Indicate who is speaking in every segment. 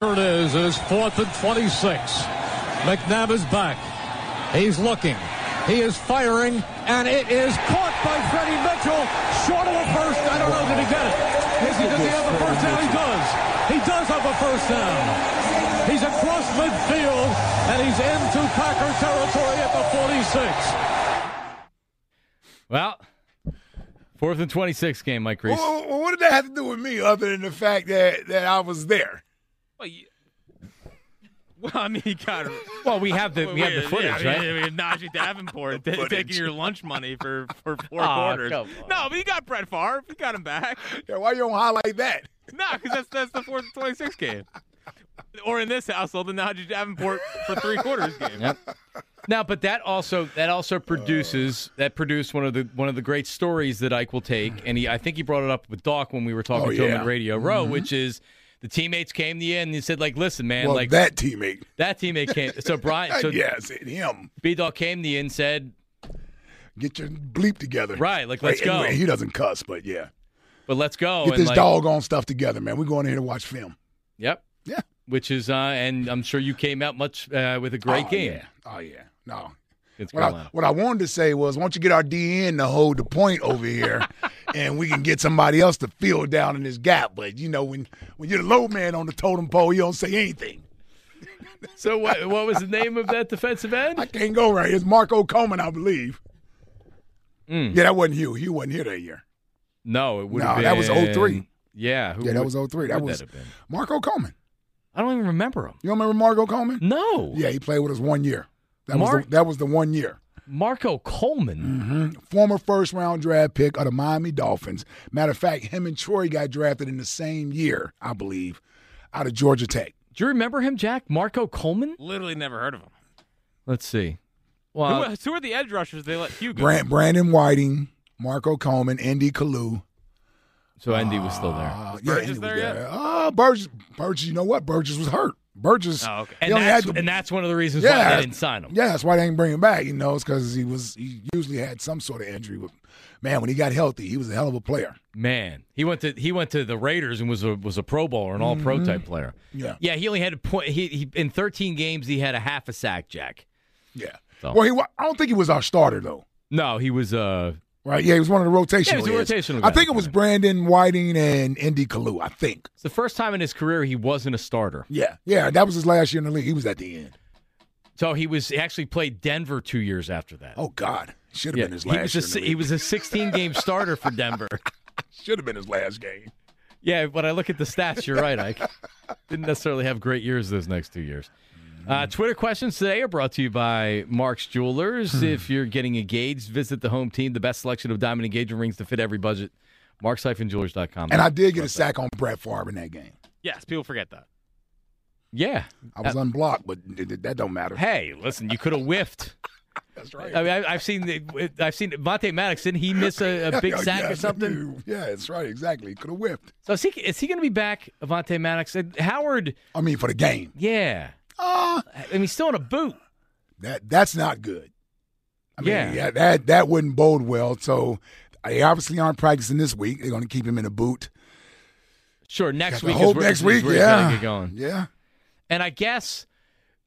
Speaker 1: Here it is. It is fourth and 26. McNabb is back. He's looking. He is firing, and it is caught by Freddie Mitchell. Short of a first. I don't know. Did he get it? Is he, does he have a first down? He does. He does have a first down. He's across midfield, and he's into Packer territory at the 46.
Speaker 2: Well, fourth and 26 game, Mike Reese.
Speaker 3: Well, well, what did that have to do with me, other than the fact that, that I was there?
Speaker 4: Well, you- Well, I mean, God.
Speaker 2: Well, we have the we have the footage,
Speaker 4: yeah, I
Speaker 2: right?
Speaker 4: mean, I mean, Najee Davenport ta- taking your lunch money for for four
Speaker 2: Aw,
Speaker 4: quarters.
Speaker 2: come on.
Speaker 4: No, but you got Brett Favre. You got him back.
Speaker 3: Yeah, why you don't highlight that?
Speaker 4: No, because that's that's the fourth twenty six game. Or in this household, the Najee Davenport for three quarters game.
Speaker 2: Yep. Now, but that also that also
Speaker 3: Uh.
Speaker 2: produces that produced one of the one of the great stories that Ike will take, and he I think he brought it up with Doc when we were talking
Speaker 3: Oh,
Speaker 2: to him
Speaker 3: yeah.
Speaker 2: at Radio Row, which is the teammates came to you and he said like, listen, man,
Speaker 3: well,
Speaker 2: like
Speaker 3: that teammate. Uh,
Speaker 2: that teammate came. So Brian, so
Speaker 3: yes, and him.
Speaker 2: B Dog came to you and said,
Speaker 3: Get your bleep together.
Speaker 2: Right, like, let's
Speaker 3: Wait,
Speaker 2: go.
Speaker 3: anyway, he doesn't cuss, but yeah.
Speaker 2: but let's go
Speaker 3: Get
Speaker 2: and
Speaker 3: this
Speaker 2: like,
Speaker 3: doggone stuff together, man. We're going in here to watch film.
Speaker 2: yep,
Speaker 3: Yeah.
Speaker 2: which is uh, and I'm sure you came out much uh, with a great
Speaker 3: oh,
Speaker 2: game.
Speaker 3: Yeah. Oh, yeah. No.
Speaker 2: It's
Speaker 3: What I,
Speaker 2: Carolina.
Speaker 3: what I wanted to say was, why don't you get our DN to hold the point over here, and we can get somebody else to fill down in this gap. But you know, when when you're the low man on the totem pole, you don't say anything.
Speaker 2: So what what was the name of that defensive
Speaker 3: I
Speaker 2: end?
Speaker 3: can't go right. It's Marco Coleman, I believe.
Speaker 2: Mm.
Speaker 3: Yeah, that wasn't Hugh. Hugh wasn't here that year.
Speaker 2: No, it would have
Speaker 3: No,
Speaker 2: been
Speaker 3: that was 03.
Speaker 2: Yeah, who
Speaker 3: yeah, that
Speaker 2: would-
Speaker 3: was 03. That
Speaker 2: who'd
Speaker 3: was
Speaker 2: have been?
Speaker 3: Marco Coleman.
Speaker 2: I don't even remember him.
Speaker 3: You don't remember Marco Coleman?
Speaker 2: No.
Speaker 3: Yeah, he played with us one year. That was
Speaker 2: Mar-
Speaker 3: the, that was the one year.
Speaker 2: Marco Coleman.
Speaker 3: Former first round draft pick of the Miami Dolphins. Matter of fact, him and Troy got drafted in the same year, I believe, out of Georgia Tech.
Speaker 2: Do you remember him, Jack? Marco Coleman?
Speaker 4: Literally never heard of him.
Speaker 2: Let's see.
Speaker 4: Who,
Speaker 2: Well,
Speaker 4: else- who are the edge rushers they let Hugh go?
Speaker 3: Brand, Brandon Whiting, Marco Coleman, Indy Kalu.
Speaker 2: so Andy was still there.
Speaker 3: Uh,
Speaker 4: Burgess
Speaker 3: Andy was
Speaker 4: there yet?
Speaker 3: Uh, Burgess, Burgess, you know what? Burgess was hurt. Burgess.
Speaker 4: Oh, okay.
Speaker 3: he
Speaker 2: And
Speaker 3: only
Speaker 2: that's,
Speaker 3: had the-
Speaker 2: and that's one of the reasons why they didn't sign him.
Speaker 3: Yeah, that's why they didn't bring him back. You know, it's because he was he usually had some sort of injury. But man, when he got healthy, he was a hell of a player.
Speaker 2: Man, he went to he went to the Raiders and was a was a Pro Bowler, an All Pro type player.
Speaker 3: Yeah.
Speaker 2: yeah. He only had a point. He, he in 13 games he had a half a sack. Jack.
Speaker 3: Yeah.
Speaker 2: So-
Speaker 3: Well, he wa- I don't think he was our starter though.
Speaker 2: No, he was uh
Speaker 3: Right? Yeah, he was one of the rotational.
Speaker 2: Yeah, he was a
Speaker 3: heads.
Speaker 2: rotational
Speaker 3: I
Speaker 2: guy.
Speaker 3: think it was Brandon Whiting and Indy Kalu. I think.
Speaker 2: it's the first time in his career he wasn't a starter.
Speaker 3: Yeah. Yeah, that was his last year in the league. He was at the end.
Speaker 2: So he was he actually played Denver two years after that.
Speaker 3: Oh God, should have
Speaker 2: yeah.
Speaker 3: been his
Speaker 2: He
Speaker 3: last.
Speaker 2: was
Speaker 3: year
Speaker 2: a
Speaker 3: in
Speaker 2: si-
Speaker 3: the
Speaker 2: he was a 16 game starter for Denver.
Speaker 3: should have been his last game.
Speaker 2: Yeah, when I look at the stats, you're right, Ike. Didn't necessarily have great years those next two years. Uh, Twitter questions today are brought to you by Mark's Jewelers. if you're getting engaged, visit the home team, the best selection of diamond engagement rings to fit every budget. Marks-jewelers.com.
Speaker 3: And I did get a sack on Brett Favre in that game.
Speaker 4: Yes, people forget that.
Speaker 2: yeah.
Speaker 3: I was unblocked, but th- th- that don't matter.
Speaker 2: Hey, listen, you could have whiffed.
Speaker 3: That's right.
Speaker 2: I mean, I, I've seen the, I've seen Monte Maddox. Didn't he miss a, a big
Speaker 3: Yeah,
Speaker 2: sack or
Speaker 3: yes.
Speaker 2: something?
Speaker 3: Yeah, that's right. Exactly. Could have whipped.
Speaker 2: So is he is he going to be back, Avante Maddox? And Howard,
Speaker 3: I mean, for the game.
Speaker 2: yeah.
Speaker 3: Ah,
Speaker 2: I mean, he's still in a boot.
Speaker 3: that that's not good. I mean,
Speaker 2: Yeah.
Speaker 3: yeah. that that wouldn't bode well. So they obviously aren't practicing this week. They're going to keep him in a boot.
Speaker 2: Sure,
Speaker 3: Got
Speaker 2: next
Speaker 3: to
Speaker 2: week. is
Speaker 3: hope
Speaker 2: where-
Speaker 3: next
Speaker 2: is
Speaker 3: week.
Speaker 2: where he's gonna
Speaker 3: yeah,
Speaker 2: get going.
Speaker 3: yeah.
Speaker 2: And I guess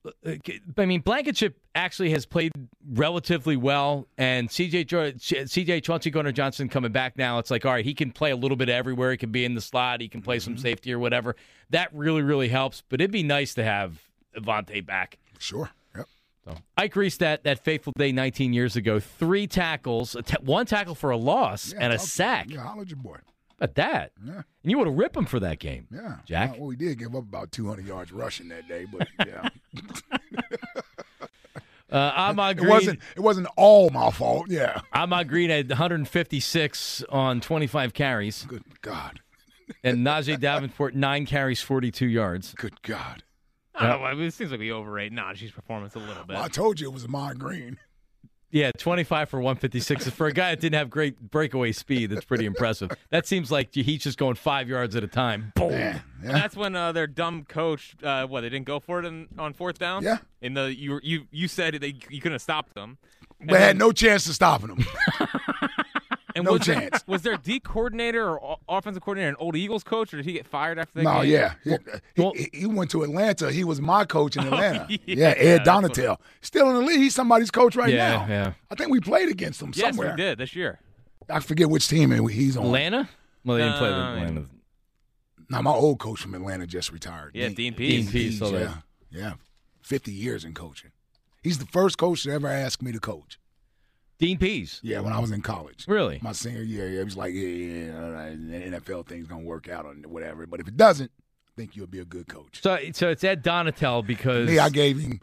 Speaker 2: uh, I mean, Blankenship actually has played relatively well, and CJ Jor- CJ Chauncey Gardner Johnson coming back now. It's like, all right, he can play a little bit everywhere. He can be in the slot. He can play
Speaker 3: Mm-hmm.
Speaker 2: some safety or whatever. That really, really helps. But it'd be nice to have Avante back.
Speaker 3: Sure. Yep.
Speaker 2: Ike Reese, that, that fateful day 19 years ago, three tackles, a ta- one tackle for a loss,
Speaker 3: Yeah,
Speaker 2: and a
Speaker 3: I'll-
Speaker 2: sack.
Speaker 3: Yeah, holla at your boy.
Speaker 2: How about that?
Speaker 3: Yeah.
Speaker 2: And you would have ripped him for that game.
Speaker 3: Yeah.
Speaker 2: Jack?
Speaker 3: Well, we did give up about 200 yards rushing that day, but yeah.
Speaker 2: Uh, Ahmad
Speaker 3: it
Speaker 2: Green,
Speaker 3: wasn't it wasn't all my fault. Yeah.
Speaker 2: Ahmad Green had 156 on 25 carries,
Speaker 3: Good God.
Speaker 2: and Najee Davenport, nine carries, 42 yards.
Speaker 3: Good God.
Speaker 4: I don't know. I mean, it seems like we overrate Najee's performance a little bit.
Speaker 2: Uh,
Speaker 3: Well, I told you it was my green.
Speaker 2: Yeah, 25 for 156. For a guy that didn't have great breakaway speed, that's pretty impressive. That seems like he's just going five yards at a time. Boom.
Speaker 3: Man. Yeah.
Speaker 4: That's when uh, their dumb coach, uh, what they didn't go for it in, on fourth down.
Speaker 3: Yeah.
Speaker 4: and the you were- you you said they you couldn't have stopped them.
Speaker 3: We had no chance of stopping them.
Speaker 4: And
Speaker 3: No
Speaker 4: was there-
Speaker 3: chance.
Speaker 4: was their D coordinator or o- offensive coordinator an old Eagles coach, or did he get fired after that?
Speaker 3: no,
Speaker 4: game?
Speaker 3: yeah. He, he-
Speaker 2: well-
Speaker 3: he, went to Atlanta. He was my coach in Atlanta.
Speaker 4: Oh, yeah,
Speaker 3: yeah, Ed
Speaker 4: that's what-
Speaker 3: Donatel. Still in the league. He's somebody's coach right
Speaker 2: Yeah,
Speaker 3: now.
Speaker 2: yeah.
Speaker 3: I think we played against him
Speaker 4: Yes,
Speaker 3: somewhere.
Speaker 4: we did this year.
Speaker 3: I forget which team and he's on.
Speaker 2: Atlanta? Well, they didn't play with
Speaker 4: Uh,
Speaker 2: Atlanta.
Speaker 3: Now, my old coach from Atlanta just retired.
Speaker 4: Yeah, Dean Pease.
Speaker 2: Dean Pease, so
Speaker 3: yeah, yeah. 50 years in coaching. He's the first coach to ever ask me to coach.
Speaker 2: Dean Pease.
Speaker 3: Yeah, when I was in college.
Speaker 2: Really?
Speaker 3: My senior year, yeah, it was like, yeah, yeah, yeah, all right, the NFL thing's going to work out or whatever. But if it doesn't, I think you'll be a good coach.
Speaker 2: So, so it's Ed Donatel because
Speaker 3: Me, I gave him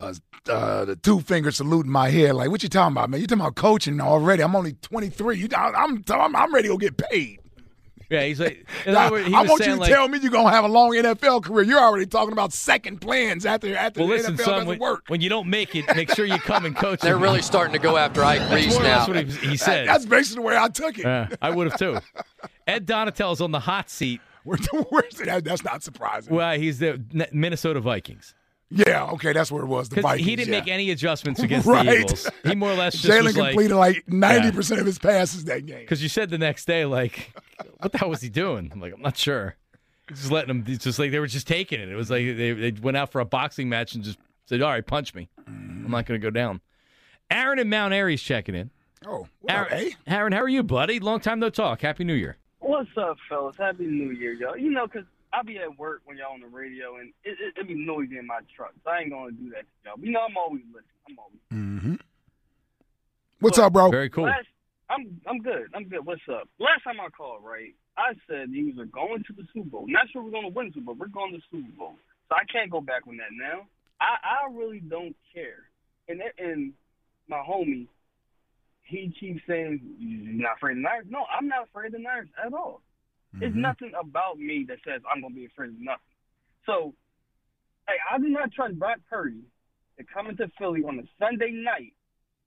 Speaker 3: a, uh, the two finger salute in my head. Like, what you talking about, man? You talking about coaching already? I'm only 23. You, I, I'm, I'm, I'm ready to go get paid.
Speaker 2: yeah, he's like, in
Speaker 3: I,
Speaker 2: other words, he
Speaker 3: I
Speaker 2: was
Speaker 3: want you
Speaker 2: saying
Speaker 3: to
Speaker 2: like,
Speaker 3: tell me you're gonna have a long NFL career. You're already talking about second plans after after
Speaker 2: well,
Speaker 3: the
Speaker 2: listen,
Speaker 3: NFL
Speaker 2: son,
Speaker 3: doesn't
Speaker 2: when,
Speaker 3: work.
Speaker 2: when you don't make it, make sure you come and coach.
Speaker 5: They're
Speaker 2: us.
Speaker 5: really starting to go after Ike Reese
Speaker 2: Well,
Speaker 5: now.
Speaker 2: That's what he, he
Speaker 3: That-
Speaker 2: said.
Speaker 3: that's basically the way I took it.
Speaker 2: Uh, I would have too. Ed Donatel is on the hot seat.
Speaker 3: Where- where's it at? that's not surprising.
Speaker 2: Well, he's the N- Minnesota Vikings
Speaker 3: yeah, okay, that's where it was. The
Speaker 2: because
Speaker 3: Vikings.
Speaker 2: he didn't
Speaker 3: yeah.
Speaker 2: make any adjustments against the
Speaker 3: Right.
Speaker 2: Eagles. He more or less just
Speaker 3: Jalen
Speaker 2: was
Speaker 3: completed
Speaker 2: like
Speaker 3: like ninety percent of his passes that game.
Speaker 2: because you said the next day like, what the hell was he doing? I'm like, I'm not sure. He's Just letting him, it's just like they were just taking it. It was like they, they went out for a boxing match and just said, "All right, punch me. I'm not going to go down." Aaron and Mount Airy's checking in.
Speaker 3: Oh, well,
Speaker 2: Aaron,
Speaker 3: eh?
Speaker 2: Aaron, how are you, buddy? Long time no talk. Happy New Year.
Speaker 6: What's up, fellas? Happy New Year, y'all. You know, 'cause I be at work when y'all on the radio, and it, it, it be noisy in my truck, so I ain't going to do that to y'all. But, you know, I'm always listening. I'm always
Speaker 3: What's up, bro?
Speaker 2: Very cool.
Speaker 6: Last, I'm, I'm good. I'm good. What's up? Last time I called, right, I said you were going to the Super Bowl. Not sure we're going to win the Super Bowl. We're going to the Super Bowl. So I can't go back on that now. I, I really don't care. And, that- and my homie, he keeps saying, you're not afraid of the Niners. No, I'm not afraid of the Niners at all. It's nothing about me that says I'm going to be afraid of nothing. So, hey, I do not trust Brock Purdy to come into Philly on a Sunday night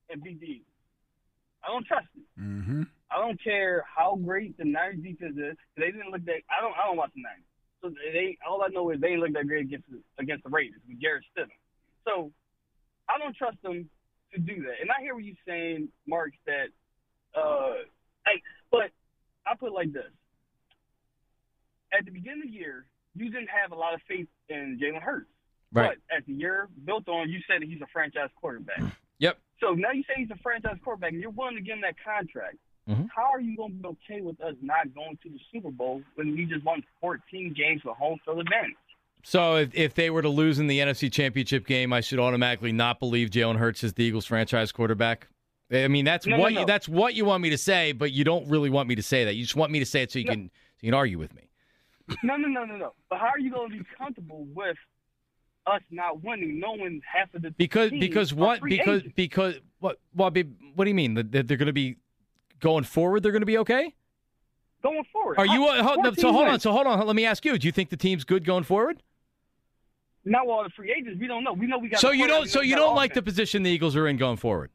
Speaker 6: and be the Eagles. I don't trust it.
Speaker 3: Mm-hmm.
Speaker 6: I don't care how great the Niners defense is. They didn't look that. I don't. I don't watch the Niners. So they all I know is they didn't look that great against the, against the Raiders with Garrett Stidham. So I don't trust them to do that. And I hear what you're saying, Mark. That uh, like, but I put it like this: at the beginning of the year, you didn't have a lot of faith in Jalen Hurts.
Speaker 2: Right.
Speaker 6: But as the year built on, you said that he's a franchise quarterback.
Speaker 2: Yep.
Speaker 6: So now you say he's a franchise quarterback, and you're willing to give him that contract.
Speaker 2: Mhm.
Speaker 6: How are you going to be okay with us not going to the Super Bowl when we just won 14 games with home field advantage?
Speaker 2: So if, if they were to lose in the NFC Championship game, I should automatically not believe Jalen Hurts is the Eagles franchise quarterback. I mean that's
Speaker 6: No, no,
Speaker 2: what
Speaker 6: no.
Speaker 2: You, that's what you want me to say, but you don't really want me to say that. You just want me to say it so you can so you can argue with me.
Speaker 6: No, no, no, no, no. But how are you going to be comfortable with us not winning, knowing half of the
Speaker 2: Because
Speaker 6: team
Speaker 2: because
Speaker 6: are
Speaker 2: what
Speaker 6: free
Speaker 2: because
Speaker 6: agents?
Speaker 2: because what what be- what do you mean that that they're going to be going forward? They're going to be okay.
Speaker 6: going forward?
Speaker 2: Are you
Speaker 6: How-
Speaker 2: uh, hold, no,
Speaker 6: 14
Speaker 2: so? Hold on.
Speaker 6: wins.
Speaker 2: So hold on. Let me ask you. Do you think the team's good going forward?
Speaker 6: Now all the free agents, we don't know. We know we got.
Speaker 2: So
Speaker 6: a
Speaker 2: you
Speaker 6: quarterback,
Speaker 2: don't. So
Speaker 6: we
Speaker 2: you
Speaker 6: got
Speaker 2: don't
Speaker 6: an
Speaker 2: like the
Speaker 6: offense.
Speaker 2: position the Eagles are in going forward.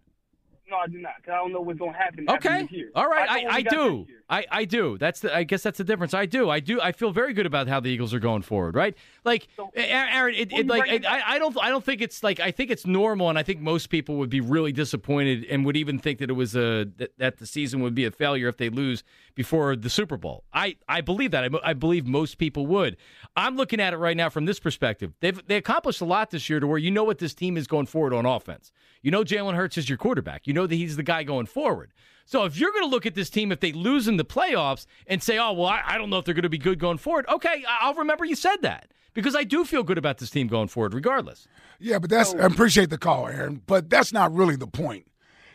Speaker 6: No, I do not. 'cause I don't know what's gonna happen. After
Speaker 2: Okay.
Speaker 6: this year.
Speaker 2: All right.
Speaker 6: know
Speaker 2: I,
Speaker 6: what
Speaker 2: I
Speaker 6: we got
Speaker 2: do.
Speaker 6: this year.
Speaker 2: I, I do. That's the, I guess that's the difference. I do. I do. I feel very good about how the Eagles are going forward. Right. Like
Speaker 6: So-
Speaker 2: A- Aaron. It,
Speaker 6: Well,
Speaker 2: it
Speaker 6: you
Speaker 2: like
Speaker 6: bring
Speaker 2: it,
Speaker 6: it up.
Speaker 2: I, I don't. I don't think it's like I think it's normal, and I think most people would be really disappointed and would even think that it was a that, that the season would be a failure if they lose before the Super Bowl. I I believe that. I, mo- I believe most people would. I'm looking at it right now from this perspective. They've they accomplished a lot this year to where you know what this team is going forward on offense. You know Jalen Hurts is your quarterback. You know that he's the guy going forward. So if you're going to look at this team, if they lose in the playoffs and say, oh, well, I, I don't know if they're going to be good going forward, okay, I- I'll remember you said that because I do feel good about this team going forward regardless.
Speaker 3: Yeah, but
Speaker 2: Oh.
Speaker 3: that's I appreciate the call, Aaron. But that's not really the point.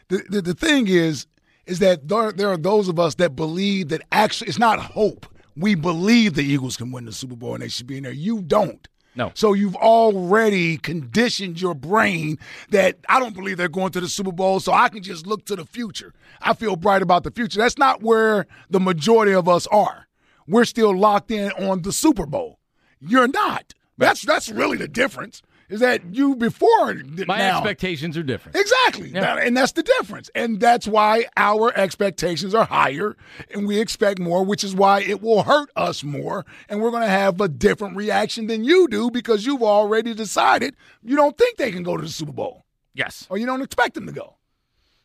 Speaker 3: The the, the thing is, is that there, there are those of us that believe that actually it's not hope. We believe the Eagles can win the Super Bowl and they should be in there. You don't.
Speaker 2: No.
Speaker 3: So you've already conditioned your brain that I don't believe they're going to the Super Bowl, so I can just look to the future. I feel bright about the future. That's not where the majority of us are. We're still locked in on the Super Bowl. You're not. That's that's really the difference. Is that you before th-
Speaker 2: My
Speaker 3: now.
Speaker 2: expectations are different.
Speaker 3: Exactly. That- and that's the difference. And that's why our expectations are higher and we expect more, which is why it will hurt us more. And we're going to have a different reaction than you do because you've already decided you don't think they can go to the Super Bowl
Speaker 2: Yes.
Speaker 3: or you don't expect them to go.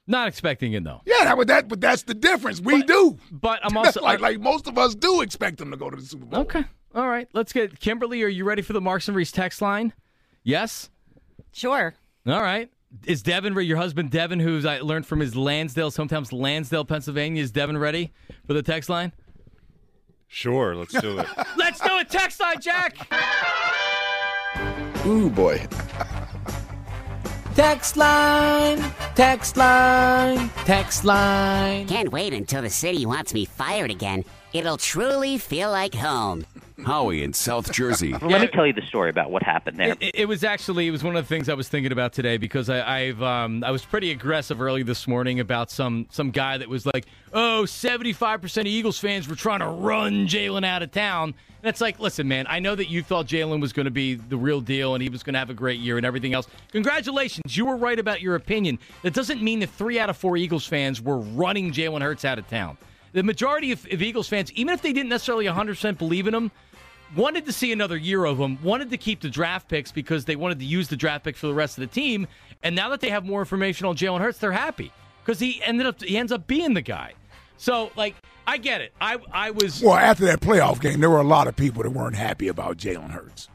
Speaker 2: Not expecting it, though.
Speaker 3: Yeah, that, but, that, but that's the difference. We do.
Speaker 2: But I'm also
Speaker 3: like, like most of us do expect them to go to the Super Bowl.
Speaker 2: okay. All right. Let's get Kimberly. Are you ready for the Marks and Reese text line? Yes.
Speaker 7: Sure.
Speaker 2: All right. Is Devin re- your husband Devin, who's I learned from his Lansdale, sometimes Lansdale, Pennsylvania? Is Devin ready for the text line?
Speaker 8: Sure, let's do it.
Speaker 2: Let's do it, text line, Jack.
Speaker 9: Ooh, boy.
Speaker 10: Text line, text line, text line. Can't wait until the city wants me fired again. It'll truly feel like home.
Speaker 11: Howie in South Jersey.
Speaker 2: Let me
Speaker 11: tell you the story about what happened there.
Speaker 2: It, it was actually it was one of the things I was thinking about today because I, I've um, I was pretty aggressive early this morning about some some guy that was like, oh, 75 percent of Eagles fans were trying to run Jalen out of town. And it's like, listen, man, I know that you thought Jalen was going to be the real deal and he was going to have a great year and everything else. Congratulations, you were right about your opinion. That doesn't mean that three out of four Eagles fans were running Jalen Hurts out of town. The majority of, of Eagles fans, even if they didn't necessarily 100 percent believe in him wanted to see another year of them, wanted to keep the draft picks because they wanted to use the draft picks for the rest of the team. And now that they have more information on Jalen Hurts, they're happy because he ended up he ends up being the guy. So like I get it. I I was
Speaker 3: Well, after that playoff game, there were a lot of people that weren't happy about Jalen Hurts.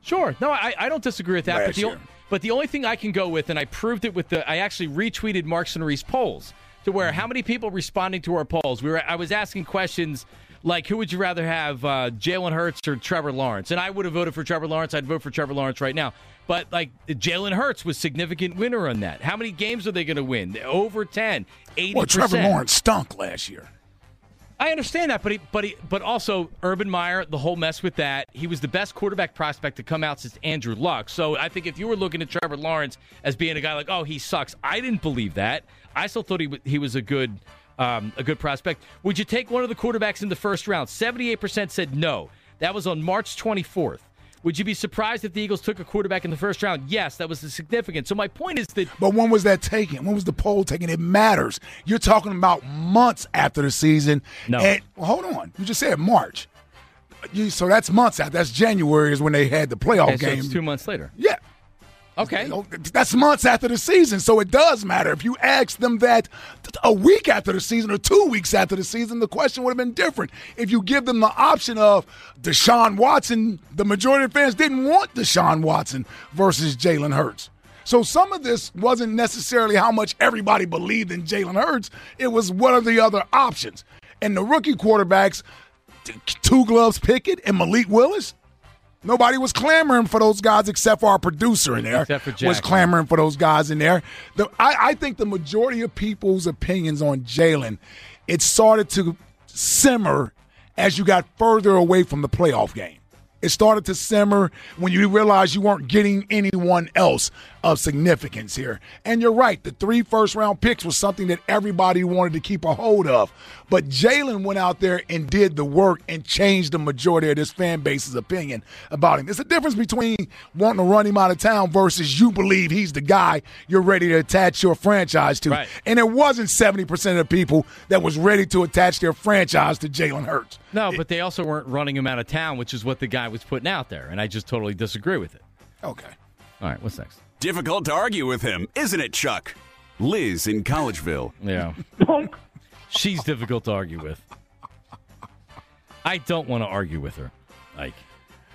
Speaker 2: Sure. No, I, I don't disagree with that. But
Speaker 3: Last
Speaker 2: the, o-
Speaker 3: year.
Speaker 2: but the only thing I can go with, and I proved it with the, I actually retweeted Marks and Reese polls to where
Speaker 3: Mm-hmm.
Speaker 2: how many people responding to our polls. We were, I was asking questions like, who would you rather have, uh, Jalen Hurts or Trevor Lawrence? And I would have voted for Trevor Lawrence. I'd vote for Trevor Lawrence right now. But like Jalen Hurts was significant winner on that. How many games are they going to win? Over 10, 80%.
Speaker 3: Well, Trevor Lawrence stunk last year.
Speaker 2: I understand that, but he, but he, but also Urban Meyer, the whole mess with that. He was the best quarterback prospect to come out since Andrew Luck. So I think if you were looking at Trevor Lawrence as being a guy like, oh, he sucks, I didn't believe that. I still thought he wa- he was a good um, a good prospect. Would you take one of the quarterbacks in the first round? Seventy eight percent said no. That was on March twenty fourth. Would you be surprised if the Eagles took a quarterback in the first round? Yes, that was the significant. So my point is that
Speaker 3: But when was that taken? When was the poll taken? It matters. You're talking about months after the season.
Speaker 2: No.
Speaker 3: And, well, hold on. You just said March. You, so that's months out. That's January is when they had the playoff
Speaker 2: Okay, so
Speaker 3: game.
Speaker 2: it's two months later.
Speaker 3: Yeah.
Speaker 2: Okay.
Speaker 3: That's months after the season. So it does matter. If you asked them that th- a week after the season or two weeks after the season, the question would have been different. If you give them the option of Deshaun Watson, the majority of fans didn't want Deshaun Watson versus Jalen Hurts. So some of this wasn't necessarily how much everybody believed in Jalen Hurts. It was what are the other options? And the rookie quarterbacks, t- two gloves Pickett and Malik Willis, Nobody was clamoring for those guys except for our producer in there.
Speaker 2: Except for
Speaker 3: Was
Speaker 2: Jack.
Speaker 3: clamoring for those guys in there. The, I, I think the majority of people's opinions on Jalen, it started to simmer as you got further away from the playoff game. It started to simmer when you realized you weren't getting anyone else of significance here. And you're right, the three first round picks was something that everybody wanted to keep a hold of. But Jalen went out there and did the work and changed the majority of this fan base's opinion about him. It's a difference between wanting to run him out of town versus you believe he's the guy you're ready to attach your franchise to.
Speaker 2: Right.
Speaker 3: And it wasn't 70% of the people that was ready to attach their franchise to Jalen Hurts.
Speaker 2: No, but they also weren't running him out of town, which is what the guy was putting out there, and I just totally disagree with it.
Speaker 3: Okay.
Speaker 2: All right, what's next?
Speaker 7: Difficult to argue with him, isn't it, Chuck? Liz in Collegeville.
Speaker 2: Yeah. She's difficult to argue with. I don't want to argue with her, Ike.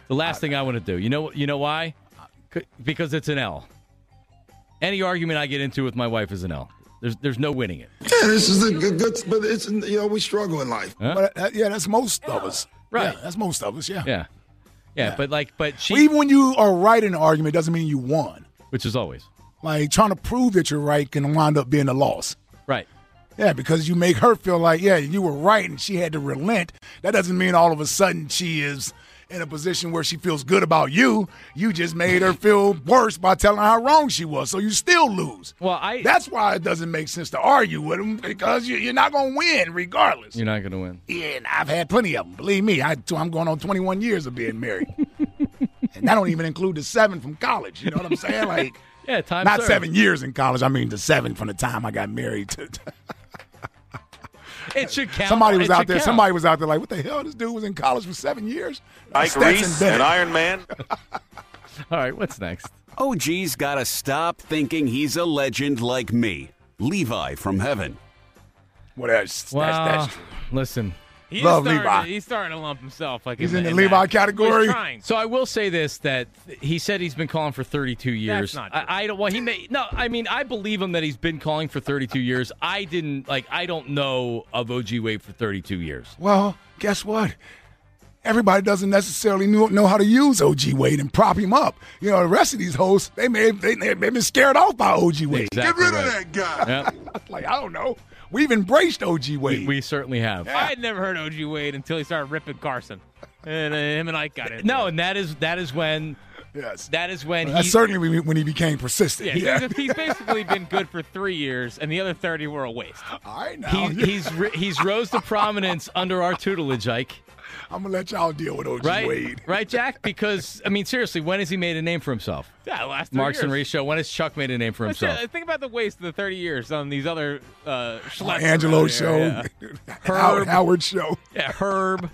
Speaker 2: The last thing I want to do. You know you know why? C- Because it's an L. Any argument I get into with my wife is an L. There's there's no winning it.
Speaker 9: Yeah, this is a good, good but it's you know we struggle in life.
Speaker 3: But uh, yeah, that's most of us.
Speaker 2: Right.
Speaker 3: Yeah, that's most of us. Yeah.
Speaker 2: Yeah. Yeah, but like but she
Speaker 3: Even when you are right in an argument, doesn't mean you won.
Speaker 2: which is always.
Speaker 3: Like trying to prove that you're right can wind up being a loss.
Speaker 2: Right.
Speaker 3: Yeah, because you make her feel like yeah you were right and she had to relent. That doesn't mean all of a sudden she is in a position where she feels good about you. You just made her feel worse by telling her how wrong she was. So you still lose.
Speaker 2: Well, I.
Speaker 3: That's why it doesn't make sense to argue with them because you- you're not gonna win regardless.
Speaker 2: You're not going to win.
Speaker 3: Yeah, and I've had plenty of them. Believe me, I, I'm going on 21 years of being married. and that don't even include the seven from college. You know what I'm saying? Like,
Speaker 2: yeah, time
Speaker 3: not
Speaker 2: served.
Speaker 3: seven years in college. I mean, the seven from the time I got married. To,
Speaker 2: It should count.
Speaker 3: somebody was
Speaker 2: It
Speaker 3: out
Speaker 2: should
Speaker 3: there.
Speaker 2: count.
Speaker 3: Somebody was out there like, what the hell? This dude was in college for seven years.
Speaker 8: Ike
Speaker 3: Stetson
Speaker 8: Reese,
Speaker 3: Bennett.
Speaker 8: an Iron Man.
Speaker 2: All right, what's next?
Speaker 7: OG's got to Oh, stop thinking he's a legend like me. Levi from heaven.
Speaker 3: Well, that's,
Speaker 2: Wow. Listen.
Speaker 4: He's
Speaker 7: Love
Speaker 4: starting
Speaker 7: Levi.
Speaker 4: To, he's starting to lump himself. Like
Speaker 7: He's
Speaker 4: in,
Speaker 7: in the
Speaker 4: that.
Speaker 7: Levi
Speaker 4: He's trying.
Speaker 2: So I will say this: that he said he's been calling for 32 years.
Speaker 4: That's not
Speaker 2: I, I don't. Well, he may. No, I mean, I believe him that he's been calling for 32 years. I didn't like. I don't know of OG Wade for 32 years.
Speaker 3: Well, guess what? Everybody doesn't necessarily know, know how to use OG Wade and prop him up. You know, the rest of these hosts, they may they, they've been scared off by OG Wade. Get
Speaker 2: Exactly
Speaker 3: rid of that
Speaker 2: right.
Speaker 3: guy.
Speaker 2: Yep.
Speaker 3: like, I don't know. We've embraced OG Wade.
Speaker 2: We, we certainly have.
Speaker 4: I had never heard OG Wade until he started ripping Carson, and uh, him and Ike got it.
Speaker 2: No, and that is that is when.
Speaker 3: Yes.
Speaker 2: That is when
Speaker 3: That's
Speaker 2: he.
Speaker 3: certainly when he- when he became persistent.
Speaker 4: Yeah, He's, he's basically been good for three years, and the other thirty were a waste.
Speaker 3: All right,
Speaker 2: he he's ri- he's rose to prominence under our tutelage, Ike.
Speaker 3: I'm gonna let y'all deal with OG
Speaker 2: Right,
Speaker 3: Wade.
Speaker 2: right, Jack. Because I mean, seriously, when has he made a name for himself?
Speaker 4: Yeah, last three
Speaker 2: Marks
Speaker 4: years.
Speaker 2: and Reese show. When has Chuck made a name for
Speaker 4: That's
Speaker 2: himself?
Speaker 4: it. Think about the waste of the thirty years on these other uh, schleps
Speaker 3: Angelo
Speaker 4: around here,
Speaker 3: show,
Speaker 4: yeah.
Speaker 3: Howard, Howard show.
Speaker 2: Yeah, Herb.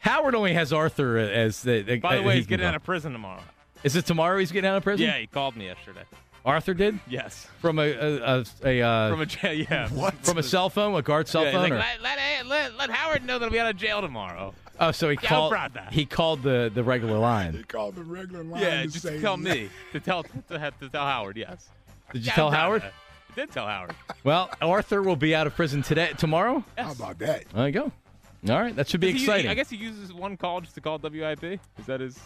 Speaker 2: Howard only has Arthur as the.
Speaker 4: By the
Speaker 2: uh,
Speaker 4: way,
Speaker 2: he
Speaker 4: he's
Speaker 2: can
Speaker 4: getting out
Speaker 2: go.
Speaker 4: of prison tomorrow.
Speaker 2: Is it tomorrow he's getting out of prison?
Speaker 4: Yeah, he called me yesterday.
Speaker 2: Arthur did
Speaker 4: Yes.
Speaker 2: from a a, a, a uh,
Speaker 4: From a jail, yeah. What?
Speaker 2: from a cell phone, a guard cell
Speaker 4: Yeah, he's
Speaker 2: phone.
Speaker 4: like,
Speaker 2: or-
Speaker 4: let, let, let, let Howard know that'll be out of jail tomorrow.
Speaker 2: oh, so he
Speaker 4: Yeah, I'm
Speaker 2: called.
Speaker 4: proud of that.
Speaker 2: He called the the regular line.
Speaker 3: Call the regular line.
Speaker 4: yeah,
Speaker 3: to
Speaker 4: just
Speaker 3: say-
Speaker 4: tell me to tell to, have to tell Howard. Yes.
Speaker 2: Did you
Speaker 4: Yeah, I'm
Speaker 2: tell
Speaker 4: proud of
Speaker 2: Howard?
Speaker 4: that. I did tell Howard.
Speaker 2: Well, Arthur will be out of prison today, tomorrow.
Speaker 3: How about that?
Speaker 2: There you go. All right, that should be
Speaker 4: Does he-
Speaker 2: exciting.
Speaker 4: I guess he uses one call just to call WIP. Is that his?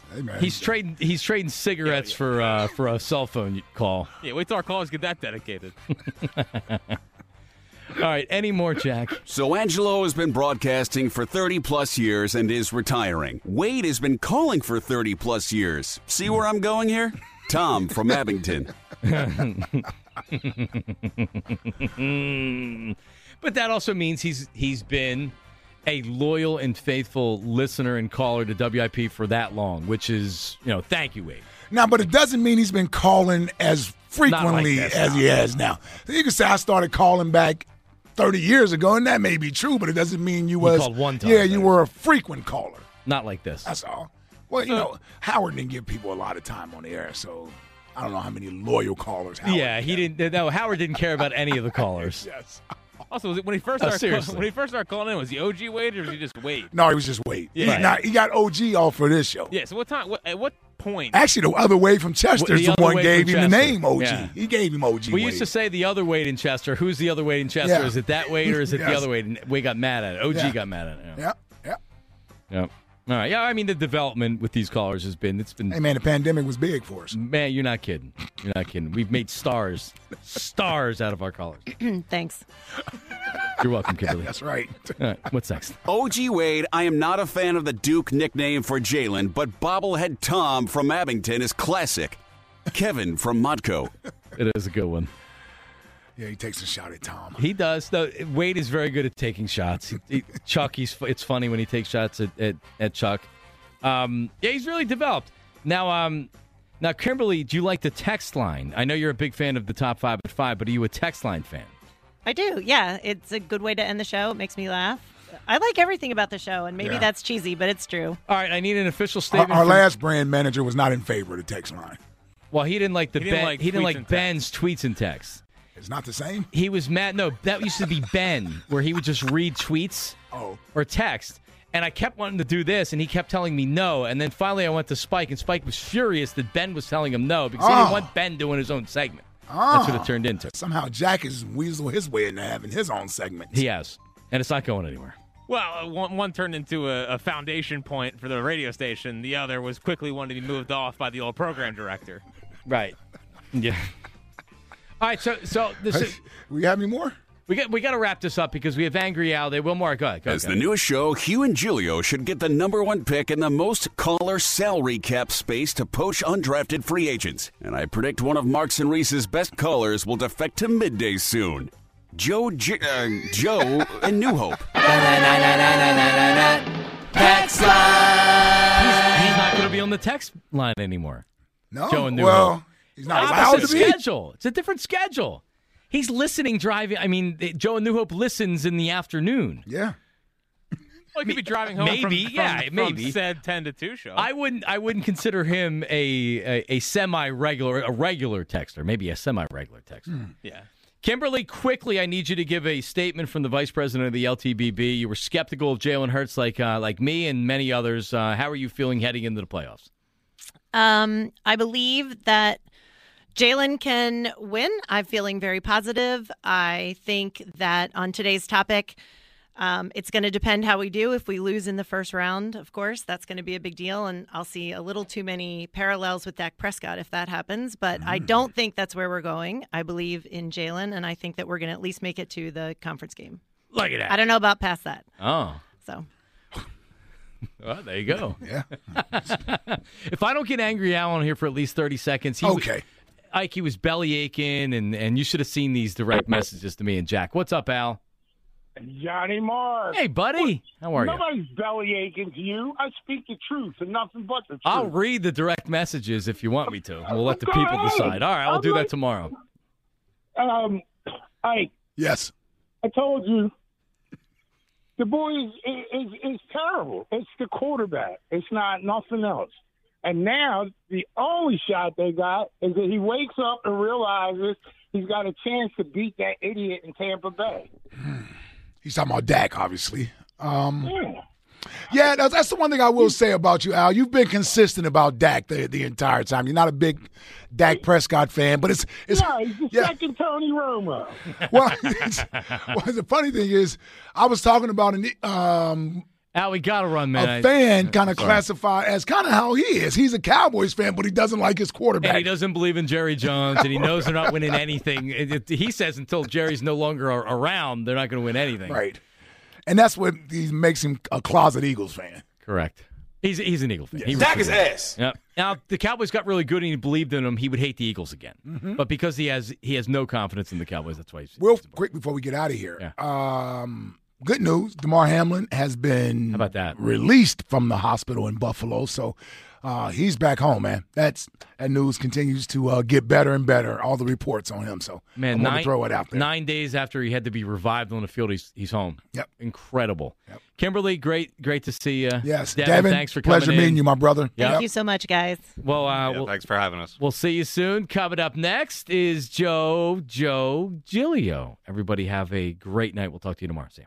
Speaker 2: he's trading. He's trading cigarettes for uh, for a cell phone call.
Speaker 4: Yeah, wait till our callers get that dedicated.
Speaker 2: All right, any more, Jack?
Speaker 7: So Angelo has been broadcasting for 30 plus years and is retiring. Wade has been calling for 30 plus years. See where I'm going here? Tom from Abington.
Speaker 2: but that also means he's he's been a loyal and faithful listener and caller to WIP for that long, which is you know thank you Wade.
Speaker 3: Now, but it doesn't mean he's been calling as frequently
Speaker 2: this,
Speaker 3: as
Speaker 2: no.
Speaker 3: he has now. You can say I started calling back 30 years ago, and that may be true, but it doesn't mean you was.
Speaker 2: called one time,
Speaker 3: Yeah, you were a frequent caller.
Speaker 2: Not like this.
Speaker 3: That's all. Well, you know, Howard didn't give people a lot of time on the air, so I don't know how many loyal callers. Howard.
Speaker 2: yeah, he didn't. No, Howard didn't care about any of the callers.
Speaker 3: yes.
Speaker 4: Also, was it- when he first
Speaker 2: Oh,
Speaker 4: started call-
Speaker 2: seriously.
Speaker 4: when he first started calling in, was he OG Wade or was he just Wade?
Speaker 3: No, he was just Wade.
Speaker 4: Yeah.
Speaker 3: He,
Speaker 4: Right.
Speaker 3: not- he got OG off for this show.
Speaker 4: Yeah. So what time? What, at what point?
Speaker 3: Actually, the other Wade from Chester's
Speaker 2: The
Speaker 3: the,
Speaker 2: other
Speaker 3: one
Speaker 2: Wade
Speaker 3: gave
Speaker 2: from
Speaker 3: him the
Speaker 2: Chester.
Speaker 3: name OG.
Speaker 2: Yeah.
Speaker 3: He gave him OG.
Speaker 2: We
Speaker 3: Wade.
Speaker 2: used to say the other Wade in Chester. Who's the other Wade in Chester?
Speaker 3: Yeah.
Speaker 2: Is it that Wade or is it the
Speaker 3: Yes.
Speaker 2: other Wade? And we got mad at it. OG
Speaker 3: Yeah.
Speaker 2: got mad at it.
Speaker 3: Yep. Yep.
Speaker 2: Yep. All right. Yeah, I mean the development with these callers has been it's been
Speaker 3: Hey, man, the pandemic was big for us.
Speaker 2: Man, you're not kidding. You're not kidding. We've made stars, stars out of our callers.
Speaker 12: Thanks.
Speaker 2: You're welcome, Kimberly.
Speaker 3: That's right.
Speaker 2: All right. What's next?
Speaker 7: OG Wade, I am not a fan of the Duke nickname for Jalen, but bobblehead Tom from Abington is classic. Kevin from Modco.
Speaker 2: It is a good one.
Speaker 3: Yeah, he takes a shot at Tom.
Speaker 2: He does. No, Wade is very good at taking shots. He- he- Chuck, he's it's funny when he takes shots at at, at Chuck. Um, yeah, he's really developed now. Um, now, Kimberly, do you like the text line? I know you're a big fan of the top five at five, but are you a text line fan?
Speaker 12: I do. Yeah, it's a good way to end the show. It makes me laugh. I like everything about the show, and maybe
Speaker 3: Yeah.
Speaker 12: that's cheesy, but it's true.
Speaker 2: All right, I need an official
Speaker 3: Our,
Speaker 2: statement.
Speaker 3: our
Speaker 2: from-
Speaker 3: last brand manager was not in favor of the text line.
Speaker 2: Well, he didn't like the
Speaker 3: He didn't
Speaker 2: Ben-
Speaker 3: like
Speaker 2: he didn't
Speaker 3: tweets
Speaker 2: like
Speaker 3: and
Speaker 2: Ben's tweets and texts.
Speaker 3: It's not the same.
Speaker 2: He was mad. No, that used to be Ben, where he would just read tweets
Speaker 3: Oh,
Speaker 2: or text. And I kept wanting to do this, and he kept telling me no. And then finally, I went to Spike, and Spike was furious that Ben was telling him no because he
Speaker 3: Oh.
Speaker 2: didn't want Ben doing his own segment. That's what it turned into.
Speaker 3: Somehow Jack has weaseled his way into having his own segment.
Speaker 2: He has, and it's not going anywhere.
Speaker 4: Well, uh, one, one turned into a, a foundation point for the radio station. The other was quickly one to be moved off by the old program director.
Speaker 2: Right. Yeah. All right. So, so this is,
Speaker 3: we have any more?
Speaker 2: We got we got to wrap this up because we have Angry Al. They will mark. Go ahead. Go,
Speaker 7: As
Speaker 2: go.
Speaker 7: the newest show, Hugh and Julio should get the number one pick in the most caller salary cap space to poach undrafted free agents. And I predict one of Marks and Reese's best callers will defect to midday soon. Joe, J- uh, Joe, and New Hope.
Speaker 2: Text line. He's, he's not going to be on the text line anymore.
Speaker 3: No.
Speaker 2: Joe and Newell.
Speaker 3: well, he's not allowed
Speaker 2: Opposite
Speaker 3: to be.
Speaker 2: schedule. It's a different schedule. He's listening driving. I mean, th- Joe and New Hope listens in the afternoon.
Speaker 3: Yeah.
Speaker 4: Well, he could be driving home. from-
Speaker 2: Maybe,
Speaker 4: from,
Speaker 2: yeah,
Speaker 4: from
Speaker 2: maybe.
Speaker 4: said ten to two show.
Speaker 2: I wouldn't. I wouldn't consider him a a, a semi regular, a regular texter. Maybe a semi regular texter.
Speaker 4: yeah.
Speaker 2: Kimberly, quickly, I need you to give a statement from the vice president of the LTBB. You were skeptical of Jalen Hurts, like uh, like me and many others. Uh, how are you feeling heading into the playoffs?
Speaker 12: Um, I believe that Jalen can win. I'm feeling very positive. I think that on today's topic, um, it's going to depend how we do. If we lose in the first round, of course, that's going to be a big deal. And I'll see a little too many parallels with Dak Prescott if that happens. But
Speaker 2: Mm.
Speaker 12: I don't think that's where we're going. I believe in Jalen, and I think that we're going to at least make it to the conference game.
Speaker 2: Look at that.
Speaker 12: I don't know about past that.
Speaker 2: Oh,
Speaker 12: So.
Speaker 2: well, there you go.
Speaker 3: yeah.
Speaker 2: if I don't get angry Al on here for at least thirty seconds, he
Speaker 3: Okay.
Speaker 2: Was, Ike, he was belly aching, and and you should have seen these direct messages to me and Jack. What's up, Al?
Speaker 13: Johnny Marr.
Speaker 2: Hey, buddy. How are you?
Speaker 13: Nobody's belly aching to you. I speak the truth and nothing but the truth.
Speaker 2: I'll read the direct messages if you want me to. We'll let the
Speaker 13: Go
Speaker 2: people
Speaker 13: ahead.
Speaker 2: decide. All right, I'll
Speaker 13: I'm
Speaker 2: do that
Speaker 13: like-
Speaker 2: tomorrow.
Speaker 13: Um, Ike.
Speaker 3: Yes.
Speaker 13: I told you. The boy is, is is terrible. It's the quarterback. It's not nothing else. And now the only shot they got is that he wakes up and realizes he's got a chance to beat that idiot in Tampa Bay.
Speaker 3: He's talking about Dak, obviously. Um,
Speaker 13: Yeah.
Speaker 3: yeah, that's, that's the one thing I will say about you, Al. You've been consistent about Dak the, the entire time. You're not a big Dak Prescott fan, but it's it's
Speaker 13: yeah, he's the second Tony Romo.
Speaker 3: well, it's- well, the funny thing is, I was talking about an um,
Speaker 2: Al, we gotta run, man. I-
Speaker 3: a fan kind
Speaker 2: I'm
Speaker 3: of
Speaker 2: sorry.
Speaker 3: classified as kind of how he is. He's a Cowboys fan, but he doesn't like his quarterback.
Speaker 2: And he doesn't believe in Jerry Jones, and he knows they're not winning anything. It- it- he says until Jerry's no longer a- around, they're not going to win anything.
Speaker 3: Right. And that's what he makes him a closet Eagles fan.
Speaker 2: Correct. He's he's an Eagle fan. He
Speaker 3: Dak
Speaker 2: really
Speaker 3: is
Speaker 2: is. Yep. Now if the Cowboys got really good, and he believed in them. He would hate the Eagles again,
Speaker 3: Mm-hmm.
Speaker 2: but because he has he has no confidence in the Cowboys, that's why he's
Speaker 3: Real quick before we get out of here. Um, good news. DeMar Hamlin has been How about
Speaker 2: that?
Speaker 3: released from the hospital in Buffalo. So uh, he's back home, man. That's That news continues to uh, get better and better. All the reports on him. So
Speaker 2: man.
Speaker 3: I'm gonna
Speaker 2: nine,
Speaker 3: throw it out there.
Speaker 2: Nine days after he had to be revived on the field, he's he's home.
Speaker 3: Yep.
Speaker 2: Incredible. Kimberly, great great to see you.
Speaker 3: Yes,
Speaker 2: Devin,
Speaker 3: Devin,
Speaker 2: thanks for coming.
Speaker 3: pleasure meeting
Speaker 2: in.
Speaker 3: you, my brother.
Speaker 2: Yep.
Speaker 12: Thank you so much, guys.
Speaker 2: Well, uh, we'll-
Speaker 8: Thanks for having us.
Speaker 2: We'll see you soon. Coming up next is Joe Joe Gilio. Everybody have a great night. We'll talk to you tomorrow. See you.